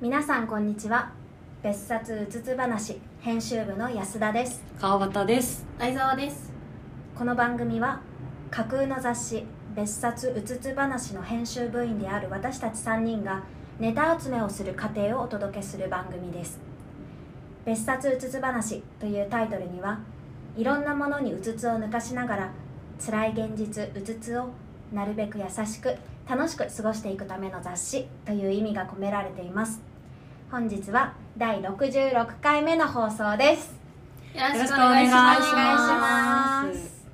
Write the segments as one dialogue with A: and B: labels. A: 皆さんこんにちは別冊うつつ話編集部の安田です
B: 川端です
C: 相沢です
A: この番組は架空の雑誌別冊うつつ話の編集部員である私たち3人がネタ集めをする過程をお届けする番組です別冊うつつ話というタイトルにはいろんなものにうつつを抜かしながら辛い現実うつつをなるべく優しく楽しく過ごしていくための雑誌という意味が込められています本日は第66回目の放送です
C: よろ
B: し
C: し
B: く
C: く
B: お
C: お願
B: 願
C: い
B: いし
C: し
B: ま
C: ますす
A: お願いしま。
B: お願いします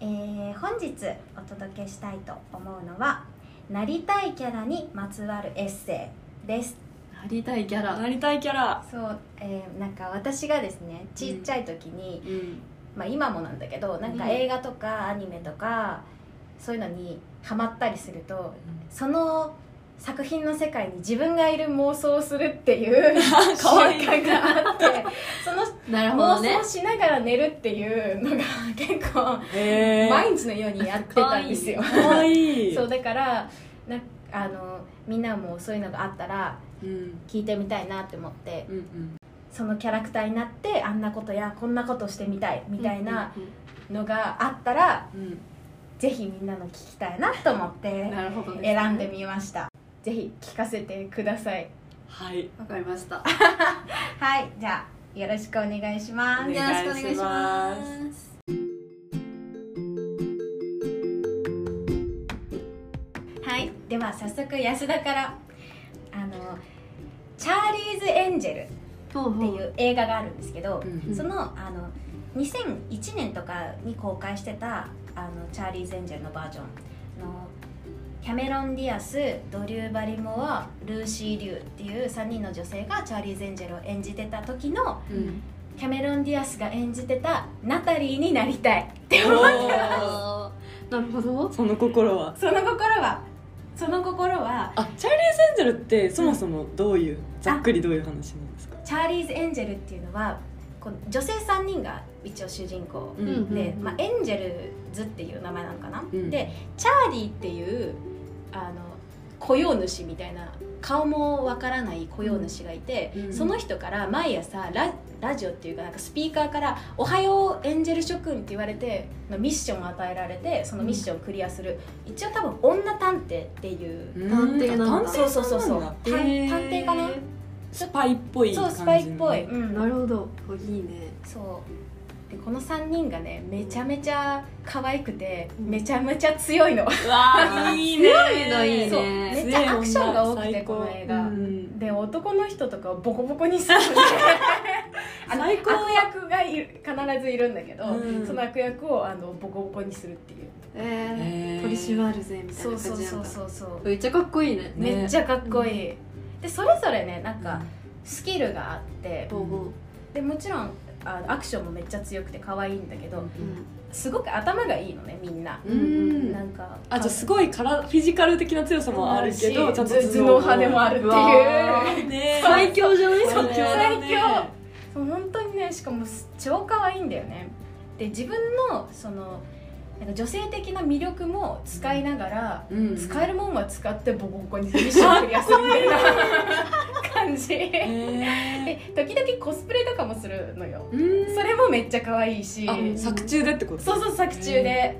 A: えー本日お届けしたいと思うのはなりたいキャラにまつわるエッセイです。
C: なりたいキャラ
B: なりたいキャラ
A: そう、えーなんか私がですねちっちゃい時に、
B: うん
A: まあ今もなんだけどなんか
C: うん
A: 映画とかアニメとかそういうのにハマったりするとその作品の世界に自分がいる妄想をするっていう 習
B: かわいい
A: 慣が あってその
C: なるほ
A: 妄
C: どね
A: 想しながら寝るっていうのが結構
B: え
A: 毎日のようにやってたんですよ
B: かわいい
A: そうだからなあのみんなもそういうのがあったら
B: うん
A: 聞いてみたいなって思って
B: うんうん
A: そのキャラクターになってあんなことやこんなことしてみたいみたいなのがあったら、
B: うん
A: ぜひみんなの聞きたいなと思って
B: なるほどね
A: 選んでみましたぜひ聞かせてください
B: はい
C: わかりましたよ
A: はいじゃあよろしくお願いします
B: ね
C: ろしくお願いします
A: はいでは早速安田からあのチャーリーズ・エンジェル
C: ほう
A: っていう映画があるんですけど、
B: うん
A: そのあの2001年とかに公開してたあのチャーリーズ・エンジェルのバージョンのキャメロン・ディアスドリュー・バリモアルーシー・リューっていう3人の女性がチャーリーズ・エンジェルを演じてた時の
B: うん
A: キャメロン・ディアスが演じてたナタリーになりたいって思う
B: お
C: なるほど
B: ーその心は
A: その心はその心は
B: あチャーリーズ・エンジェルってそもそもどういうざっくりどういう話なんですか
A: チャーリーズ・エンジェルっていうのはこう女性3人が一応主人公
B: うん
C: うん
A: で、まあ、エンジェルズっていう名前なのかな、
B: うん
A: でチャーリーっていうあの雇用主みたいな顔もわからない雇用主がいて、
B: うん
A: その人から毎朝ララジオっていうかなんかスピーカーから「おはようエンジェル諸君」って言われてのミッションを与えられてそのミッションをクリアする、一応多分女探偵っていう、
B: うん
C: 探偵なんだ
B: 探
A: そうそ
B: 偵
A: うそうそう
B: なんだ
A: 探
C: へー
A: 探偵かな
B: スパイっぽい
A: そう
B: 感じ
A: スパイっぽい、
B: の
A: うん
C: なるほどおいいね
A: そうでこの3人がねめちゃめちゃ可愛くて、
C: うん
A: めちゃめちゃ強いの、
B: うわーいいね
C: いのいい
A: そう
C: ね
A: めっちゃアクションが多く
B: 強
A: て
B: い女
A: この映画、
B: うん
A: で男の人とかをボコボコに するあの
B: 最高
A: 悪役がいる必ずいるんだけど、
B: うん
A: その悪役をあのボコボコにするっていう
C: え
B: へー
C: ー取り締まるぜみたい
A: そう
C: な
A: そう
C: 感じ
A: そう
C: なんだ
A: そうそう、
C: めっちゃかっこいいね
B: ね
A: めっちゃかっこいい、でそれぞれねなんかスキルがあって
C: ほうほ
A: でもちろんあのアクションもめっちゃ強くて可愛いんだけど、
C: ううん
A: すごく頭がいいのねみんな、
B: うん
A: なんか
B: あじゃあすごいからフィジカル的な強さもあるけど
A: あるし
B: ちゃんと
A: 頭脳派でもあるっていう
C: うわー
B: ね
C: 最強じゃない
B: 最強だね
A: 最強そう本当にねしかもす超可愛いんだよねで自分のそのなんか女性的な魅力も使いながら、
B: うん
A: 使えるもんは使ってボコボコにミッションクリアするみ たいな感じで
B: へ
A: 時々コスプレとかもするのよ
B: ーうん
A: それもめっちゃ可愛いし
B: あ作中でってこと
A: そうそう作中で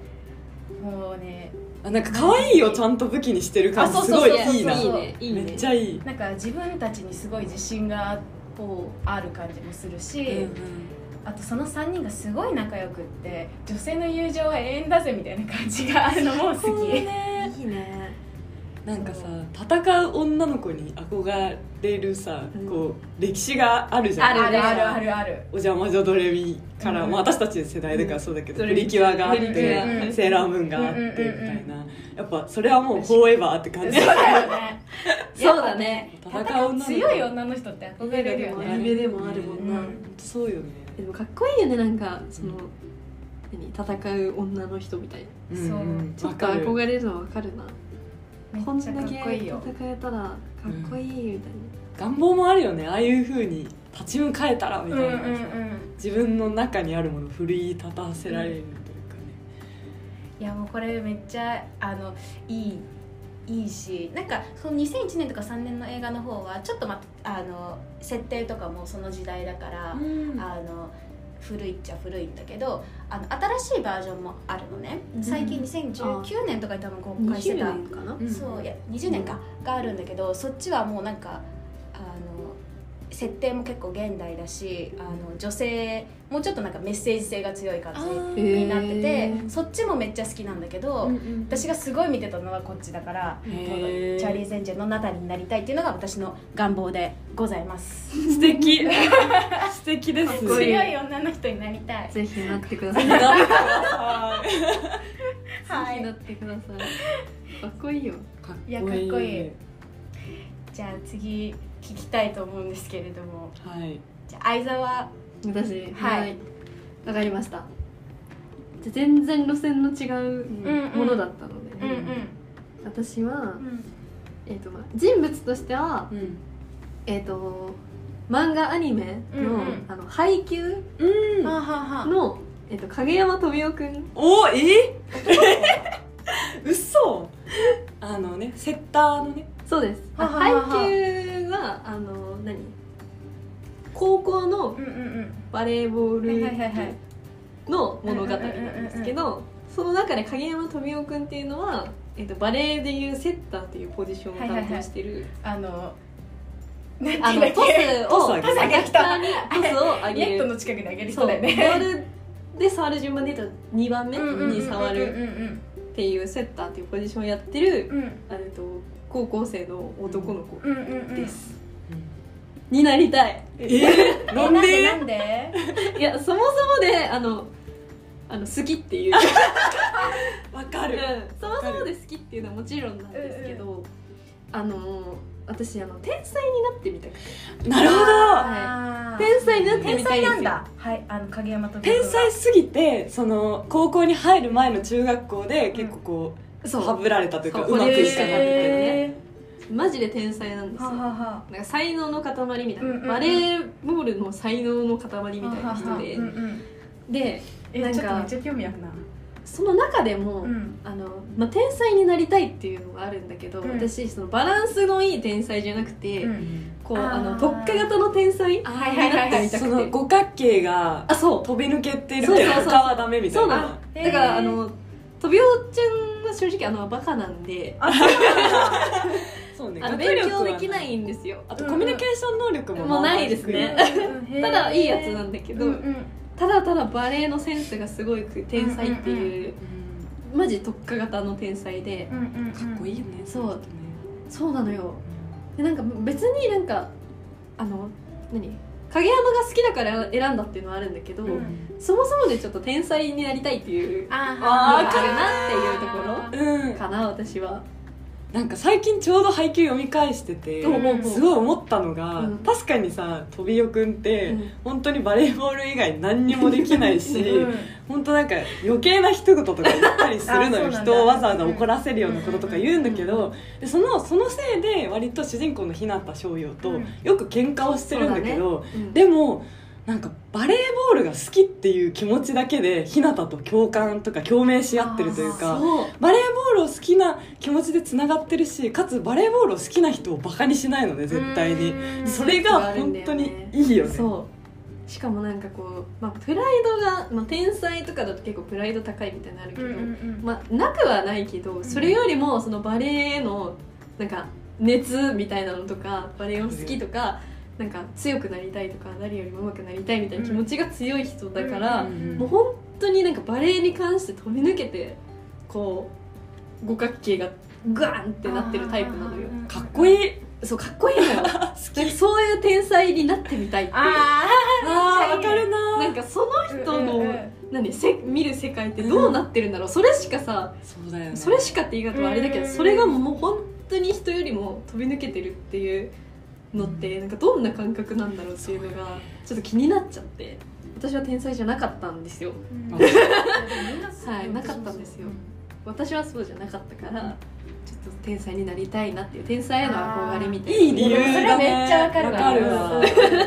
A: もうね
B: あなんか可愛いをちゃんと武器にしてる感
A: あ
B: じ
A: そう
B: す
A: そう
B: ご
A: そう
B: いいいな
A: そうそう
C: ねいいね
B: めっちゃいい
A: なんか自分たちにすごい自信がある感じもするし、あとその3人がすごい仲良くって女性の友情は永遠だぜみたいな感じがあるの も好き、
C: いいね
B: なんかさ戦う女の子に憧れるさ
C: うん
B: こう歴史があるじゃん
A: あるあるあるあ
C: あ
A: るある
B: お邪魔女ドレミから、
A: うん
B: まあ、私たちの世代だからそうだけど、
C: うん
B: プリキュアがあって、
C: プリキ
A: ュアうん
B: セーラームーンがあって
A: うん
B: み
A: うんう
B: た
A: んうん
B: いな、やっぱそれはもうフォーエバーって感じ
A: そうだよね
C: そうだね
B: 戦
A: 戦
B: う女
A: う
B: の子
A: 強い女の人って憧れるよ
C: アニ
A: ね
C: メでもあるもんな、
A: うん
B: 本当そうよね、
C: でもかっこいいよねなんかその、何戦う女の人みたいな
A: そうん
B: ん
C: ちょっと
B: わかる
C: 憧れるのわかるな
A: めっ
C: こん
A: ち
C: だ
A: ゃかっ
C: け
A: こいい
C: 戦
A: よ
C: えたらかっこいいみたい
B: 願望もあるよねああいうふうに立ち向かえたらみ
A: うん
B: た
A: うん
B: いな、
A: うん
B: 自分の中にあるものを奮い立たせられるというかね、
A: いやもうこれめっちゃあのいいいいいしなんかその2001年とか3年の映画の方はちょっとまたあの設定とかもその時代だから、あの古いっちゃ古いんだけどあの新しいバージョンもあるのね、
D: うん
A: 最近2019年とかに多分公開して
C: 20
A: た
C: 年かな、
B: うん
A: そういや20年かがあるんだけどそっちはもうなんかあの設定も結構現代だしあの女性もうちょっとなんかメッセージ性が強い感
B: あ
A: じ
B: ー
A: になってて、
C: へー
A: そっちもめっちゃ好きなんだけど、私がすごい見てたのはこっちだから
B: へ
A: チ
B: ー
A: ャーリー・ゼンジェのナタリーになりたいっていうのが私の願望でございます
B: 素敵素敵です
A: 強い女の人になりたい
C: ぜひなってくださいぜ
B: はい
A: は
C: ひないってくださいかっこいいよ
B: かっ
A: いやかっこいいじゃあ次聞きたいと思うんですけれども
B: はい
A: じゃあ相沢
C: 私
A: はい
C: わかりましたじゃあ全然路線の違う
A: うん
C: ものだったので、
A: うんうん
C: 私は
A: う、ん
C: えーとまあ、人物としては、
B: うん
C: えー、と漫画アニメの,、
A: うんうん
C: あの配給
B: うん
A: はあはあはあ
C: の、えー、と影山富夫くん
B: おえ 嘘あのねセッターのね
C: そうですあ
A: はははは
C: 配給はあの何高校の
A: うんうん
C: バレーボー
A: うん
C: ルの物語なんですけどその中で影山富夫君っていうのは、えっとバレーでいうセッターというポジションを担当してる、
A: あのなん
C: あの
A: ていうんだ
C: ト
A: っけ
C: ス
B: トス
C: を
B: 上げる
C: アタッカーにトスを
A: ネ
C: 上げ
A: ット
C: る
A: の近くであげる人
C: そうボ
A: だよね
C: ールで触る順番で言うと2番目に触
A: う
C: る
A: んうん
C: っていうセッターっていうポジションをやってる、
A: うんうん
C: えっと高校生の男の子
A: うんうんうんうん
C: です、になりたい
B: え
A: え
B: なんで
A: なんで
C: いやそもそもであのあの好きっていう
B: わかる
C: うんそもそもで好きっていうのはもちろんなんですけど、あの私あの天才になってみたくて
B: なるほど
A: あー
C: 天才になってみ
A: 天
C: た
A: 才
C: いんで
A: な
C: す
A: ん
C: よ
A: だはいあの影山と
B: 天才すぎてその高校に入る前の中学校で結構こう、
C: そう
B: はぶられたというか
C: そう
B: うまくい
C: 天
B: かな
C: 才だ
B: いみたいなね
A: え
C: マジで天才なんで
A: ー
C: す
A: は
C: よ
A: あはあはあ
C: なんか才能の塊みたいな、
A: うんうんうん
C: バレーボールの才能の塊みたいな人で、
A: うんうん
C: で
A: え
C: なん
A: ち
C: か
A: ょっとめっちゃ興味あるな
C: その中でも、
A: うん
C: あのまあ、天才になりたいっていうのがあるんだけど、
A: うん
C: 私そのバランスのいい天才じゃなくて、
A: うん
C: こう
A: あー
C: あの特化型の天才にな
A: はいはいはいは
C: って
A: い
C: みた
B: そ
C: く
B: の
C: て
B: 五角形が
C: あそう
B: 飛び抜けてる
C: そう
B: け
C: そうそ
B: ど
C: う
B: 他はダメみた
C: そ
B: いうな
C: なの、
A: へー
C: だからあ のトビオちゃんは正直あのバカなんであ
B: そうね
C: の
B: 学
C: 勉
B: 力
C: 強
B: は
C: できないんですよ
B: あとコミュニケーション能力も
C: もうないですねただいいやつなんだけ
A: け
C: ど、ただただバレエのセンスがすごいく天才っていう、マジ特化型の天才で
B: かっこいいよね
C: そう
B: ね
C: そうなのよでなんか別になんかあの何影山が好きだから選んだっていうのはあるんだけど、
A: うん
C: そもそもでちょっと天才になりたいっていうの
A: あー
C: があ
B: わ
C: る
B: かる
C: なっていうところ
B: うん
C: かな私は
B: なんか最近ちょうど配給読み返してて
A: うんうんうん
B: すごい思ったのが、
C: うん
B: 確かにさトビオくんって、
C: うん
B: 本当にバレーボール以外何にもできない し、
A: うん
B: 本当なんか余計な一言とか言ったりするのよ
A: あそうなんだ
B: 人をわざわざ怒らせるようなこととか言うんだけどでそのそのせいで割と主人公の日向翔陽と
A: うん
B: よく喧嘩をしてるんだけど、
C: うん
B: でもなんかバレーボールが好きっていう気持ちだけで日向と共感とか共鳴し合ってるというか。
C: そう
B: バレーボールを好きな気持ちでつながってるしかつバレーボールを好きな人をバカにしないのね絶対に
A: うん
B: それが本当にいいよね
C: そうしかもなんかこう、まあ、プライドが、まあ、天才とかだと結構プライド高いみたいなのあるけ
A: う
C: ど、
A: んうん
C: まあ、なくはないけどそれよりもそのバレエへのなんか熱みたいなのとかバレエを好きとかなんか強くなりたいとか誰よりも上手くなりたいみたいな気持ちが強い人だから、
B: うん
C: もう本当になんかバレエに関して飛び抜けてこう五角形がグワンってなってるタイプなのよ
A: うん
B: かっこいい
C: そうかっこいいの よ
B: 好
C: なんかそういう天才になってみたいっていう
A: あ
B: あー
A: め
B: わ
A: っちゃいいね
B: かるなー
C: なんかその
A: あ
C: 人の、何せ見る世界ってどうなってるんだろう、それしかさ
B: そうだよね
C: それしかって言い方はあれだけど、
A: うん
C: それがもう本当に人よりも飛び抜けてるっていうのってなんかどんな感覚なんだろうっていうのがちょっと気になっちゃって私は天才じゃなかったんですよ
A: うん
B: はい
C: はいなかったんですよ私はそうじゃなかったからちょっと天才になりたいなっていう天才への憧れみたいない
B: い理由だね
A: それはめっちゃわかるわ
B: わかるわ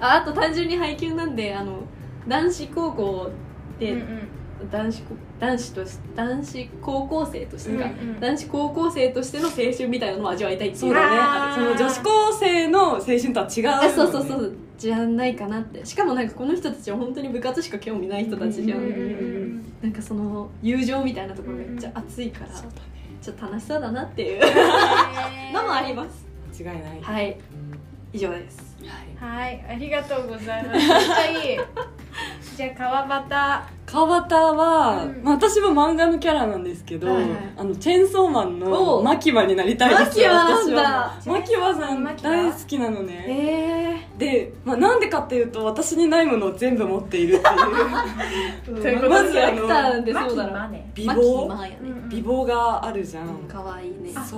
C: ああと単純に配給なんであの男子高校で、
A: うんうん
C: 男子高男子とし男子高校生として
B: うん
C: か、男子高校生としての青春みたいなのを味わいたいってい
B: そうう
A: あ
B: だ
A: ー
B: ねその女子高生の青春とは違うよ
C: あ
B: ね
C: そうそうそうじゃないかなってしかもなんかこの人たちは本当に部活しか興味ない人たちじゃん、
B: うん
C: なんかその友情みたいなところめっちゃ熱いから、
B: そうだ
C: ちょっと楽しそうだなっていうのもあります
B: ね間違いない
C: はい以上です
B: は
E: は
B: い
E: い、ありがとうございます。めっちゃいい。じゃあ川端。
B: 川端は、
E: うん
B: まあ、私も漫画のキャラなんですけど、
C: はいはい
B: あのチェーンソーマン
C: お
B: の
C: う
B: マキバになりたいですよ
C: マキバなん
E: だ
B: 私はマキバさ
E: マ
B: ん
E: キバ
B: 大好きなのね
C: え
B: で、まあ、なんでかっていうと私にないものを全部持っているっていう
C: ー、
B: ということで
C: まずあのなんで
E: マ
C: そ
E: キ
C: うだろ
E: マ
C: う
E: ネ。
B: 美
C: マキ
B: 貌
C: マやね
B: 美貌があるじゃん、
C: 可愛いね
B: そ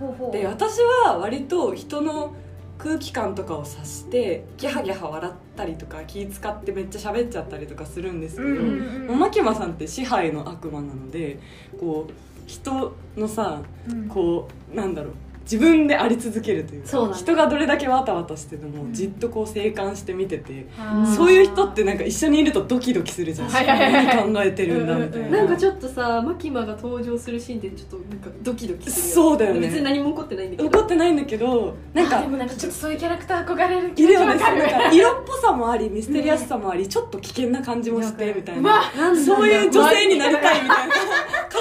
E: ほうほ
B: う
E: う
B: で私は割と人の空気感とかを察してギャハギャハ笑ったりとか気使ってめっちゃ喋っちゃったりとかするんですけど、
A: うんうん
B: もう牧間さんって支配の悪魔なのでこう人のさ
A: うん
B: こうなんだろう自分であり続けるというか
C: そうだね
B: 人がどれだけわたわたしてても、
A: うん
B: じっとこう静観して見てて、
E: あー
B: そういう人ってなんか一緒にいるとドキドキするじゃん、
E: はいはいはい
B: 何考えてるんだみたいな,、
A: う
C: なんか
B: ょ
C: ちょっとさマキマが登場するシーンってちょっとなんかドキドキする
B: そうだよね
C: 別に何も起こってないんだけど
B: 怒ってないんだけどなん
E: あ
B: か
E: でもなんかちょっとそういうキャラクター憧れる
B: い
E: 気持
B: る
E: ち
B: よね
E: わか
B: なん
E: る。
B: か色っぽさもありミステリアスさもあり、ちょっと危険な感じもしてみたいな、
C: なんだ
B: そういう女性になりたいみたいな かっ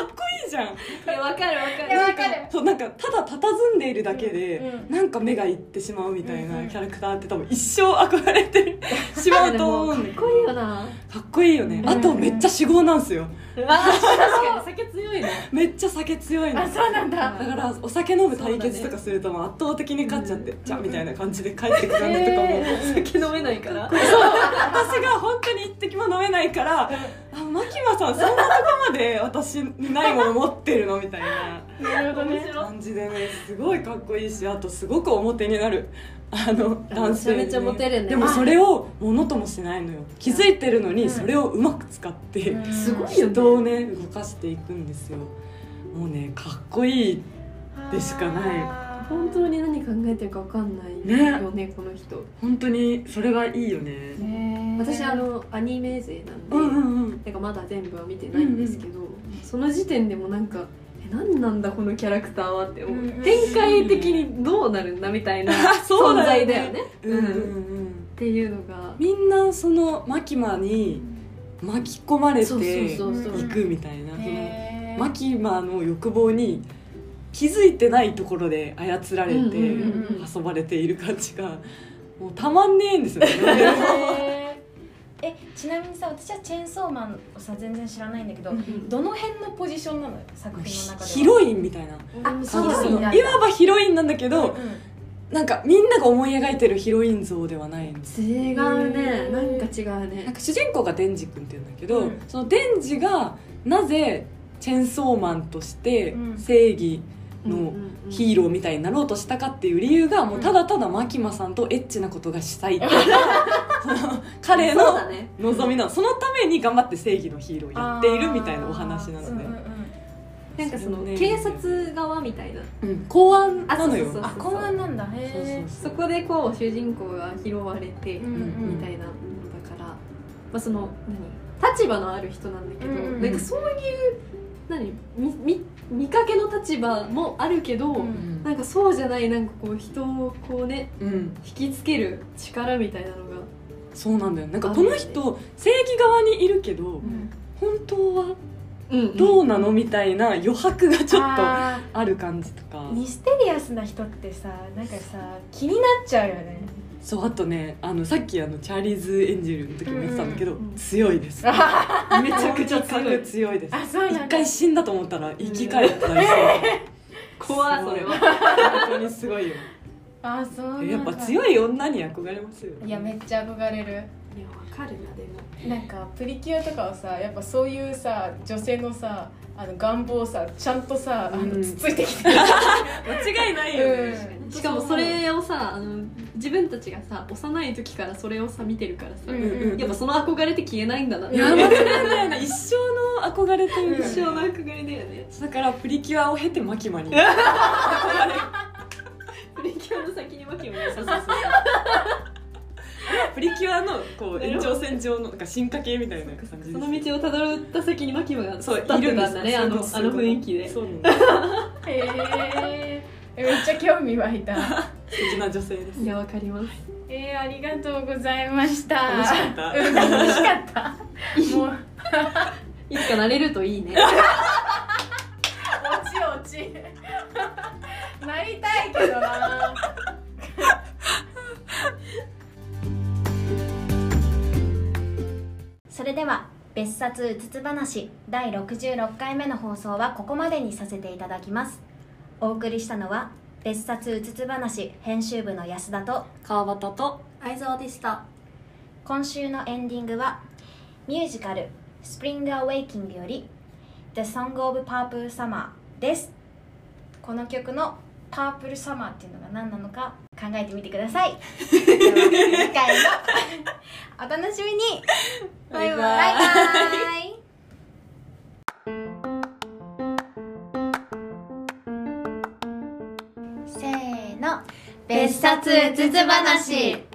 B: こいいじゃん
C: いやわかるわかる
E: いやわかる
B: そうなんかただ佇んでいるだけで、
E: うん
B: なんか目がいってしまうみたい
E: うんう
B: なんキャラクターって多分一生憧れ てしまう
C: で
B: と
C: も
B: 思
C: か
B: うん
C: っ
B: だけど
C: こいいよな
B: かっこいいよねあとめっちゃ酒豪なんすよ
C: 確かに酒強いな
B: めっちゃ酒強いの
E: あ、
B: だ
E: そうなんだ。
B: からお酒飲む対決とかするともう圧倒的に勝っちゃって、じゃあみたいな感じで帰ってく感じとかも、
C: 酒飲めない から
B: 私が本当に一滴も飲めないから「あマキマさんそんなとこまで私にないもの持ってるの?」みたいな。
E: なるほどね。
B: 感じでねすごいかっこいいしあとすごく表になるあの男
C: め
B: 性、
C: ちゃめちゃモテるね
B: でもそれをものともしないのよ気づいてるの
E: う
B: に
E: ん
B: それをうまく使って
E: うん
C: すごいよね
B: 人をね動かしていくんですよもうねかっこいいでしかない
E: あー
C: 本当に何考えてるかわかんない
B: ね
C: よねこの人
B: 本当にそれがいいよね
E: ねえ
C: 私あのアニメ勢なんで、
B: うんうんうん
C: なんかまだ全部は見てないんですけど、その時点でもなんか「え何なんだこのキャラクターは」って思う、
E: うんうん
C: 展開的にどうなるんだみたい な
B: そう
C: 存
B: だよ
C: 在
B: ね
C: だよね。
B: うんうんうん
C: っていうのが
B: みんなそのマキマに巻き込まれて
C: そうそう
B: い
C: そうそう、
E: うん
B: くみたいな、その
E: へー
B: マキマの欲望に気づいてないところで操られて
C: うんう
E: う
C: ん
E: んうん
B: 遊ばれている感じがもうたまんねえんですよ
E: へ
B: ね
E: ーえ、ちなみにさ、私はチェーンソーマンをさ全然知らないんだけど、
C: う
E: どの辺のポジションなの作品の中では。
B: ヒロインみたいな
C: うん
E: そう
B: 感じ
E: ヒロインなんだ
B: いわばヒロインなんだけ
E: うん
B: どなんかみんなが思い描いてるヒロイン像ではないんです
C: 違うねなんか違う
B: なん
C: ね
B: か主人公がデンジ君っていうんだけど、
E: うん
B: そのデンジがなぜチェンソーマンとして
E: うん
B: 正義の、
C: うんうんうん
B: ヒーローみたいになろうとしたかっていう理由がもうただただマキマさんとエッチなことがしたいっていうその 彼
C: そう
B: の
C: だね
B: 望みなのそのために頑張って正義のヒーローをやっているみたいなお話なの
E: あー
B: で
E: うんうんうん
C: なんかその
B: そうね
C: 警察側みたいな
B: うん公安なのよ
C: あそうそうそう
E: あ、公安なんだ。へ
B: そう
C: そこでこう主人公が拾われて、
E: え。うんうん
C: みたいなものだから、まあ、その何立場のある人なんだけど、
E: うんうん
C: なんかそういう何みみ見かけの立場もあるけど、
E: うん
C: なんかそうじゃないなんかこう人をこうね
B: うんうん
C: 引きつける力みたいなのが
B: そうなんだよなんかこの人正義側にいるけど本当は
C: うん
B: ど
C: う
B: うなのみたいな余白がちょっと
E: あ
B: ある感じとか
E: ーミステリアスな人ってさなんかさ気になっちゃうよね
B: そうあとねあのさっきあのチャーリーズ・エンジェルの時も言ってたんだけど、
C: うんうん
B: 強 いですめちゃくちゃ強い強いです
E: あそうな
B: 一
E: んだ
B: 回死んだと思ったら生き返ったりして
C: 怖いそれは
B: は本当にすご いよ
E: あそうなんだ
B: やっぱ強い女に憧れますよ
E: いやめっちゃ憧れる
C: いやわかるなでも
E: なんかプリキュアとかはさやっぱそういうさ女性のさあの願望をさちゃんとさあ
B: う
E: の
B: ん
E: つっついてきてる、
B: 間違いない
E: うん
C: しかもそれをさあの自分たちがさ幼い時からそれをさ見てるからさ、
E: うん
B: うんうん
C: やっぱその憧れって消えないんだなって
B: いや間違いないよね一生の憧れというか
C: 一生の憧れだよね
B: だからプリキュアを経てマ キマに
C: プリキュアの先にマキマにさそうそう
B: プリキュアのこう
C: なる
B: 延
C: ほど
B: 長線上のなんか進化系みたいな感じ
C: その道をたどった先にマキマが
B: そう
C: 立ってた
B: い
C: ん
B: るんで
C: だ
B: す
C: ねあのあ
B: そういう
C: の
B: こと
C: 雰囲気で
B: そうなんです
E: へえめっちゃ興味湧いた
B: 素敵な女性です
C: いやわかります
E: えー、ありがとうございました
B: 楽しかった
E: うん楽しかったもう落
C: いつかなれるといいね
E: ち落 ちなりたいけどな
A: それでは別冊うつつ話第66回目の放送はここまでにさせていただきますお送りしたのは別冊うつつ話編集部の安田と
B: 川端と
C: 愛蔵でした
A: 今週のエンディングはミュージカル「スプリング・アウェイキング」より「The Song of Purple Summer」ですこの曲の「パープルサマー」っていうのが何なのか考えてみてくださいでは次回もお楽しみに
B: バイバイ
A: バイバイせーの
C: 別冊うつつ話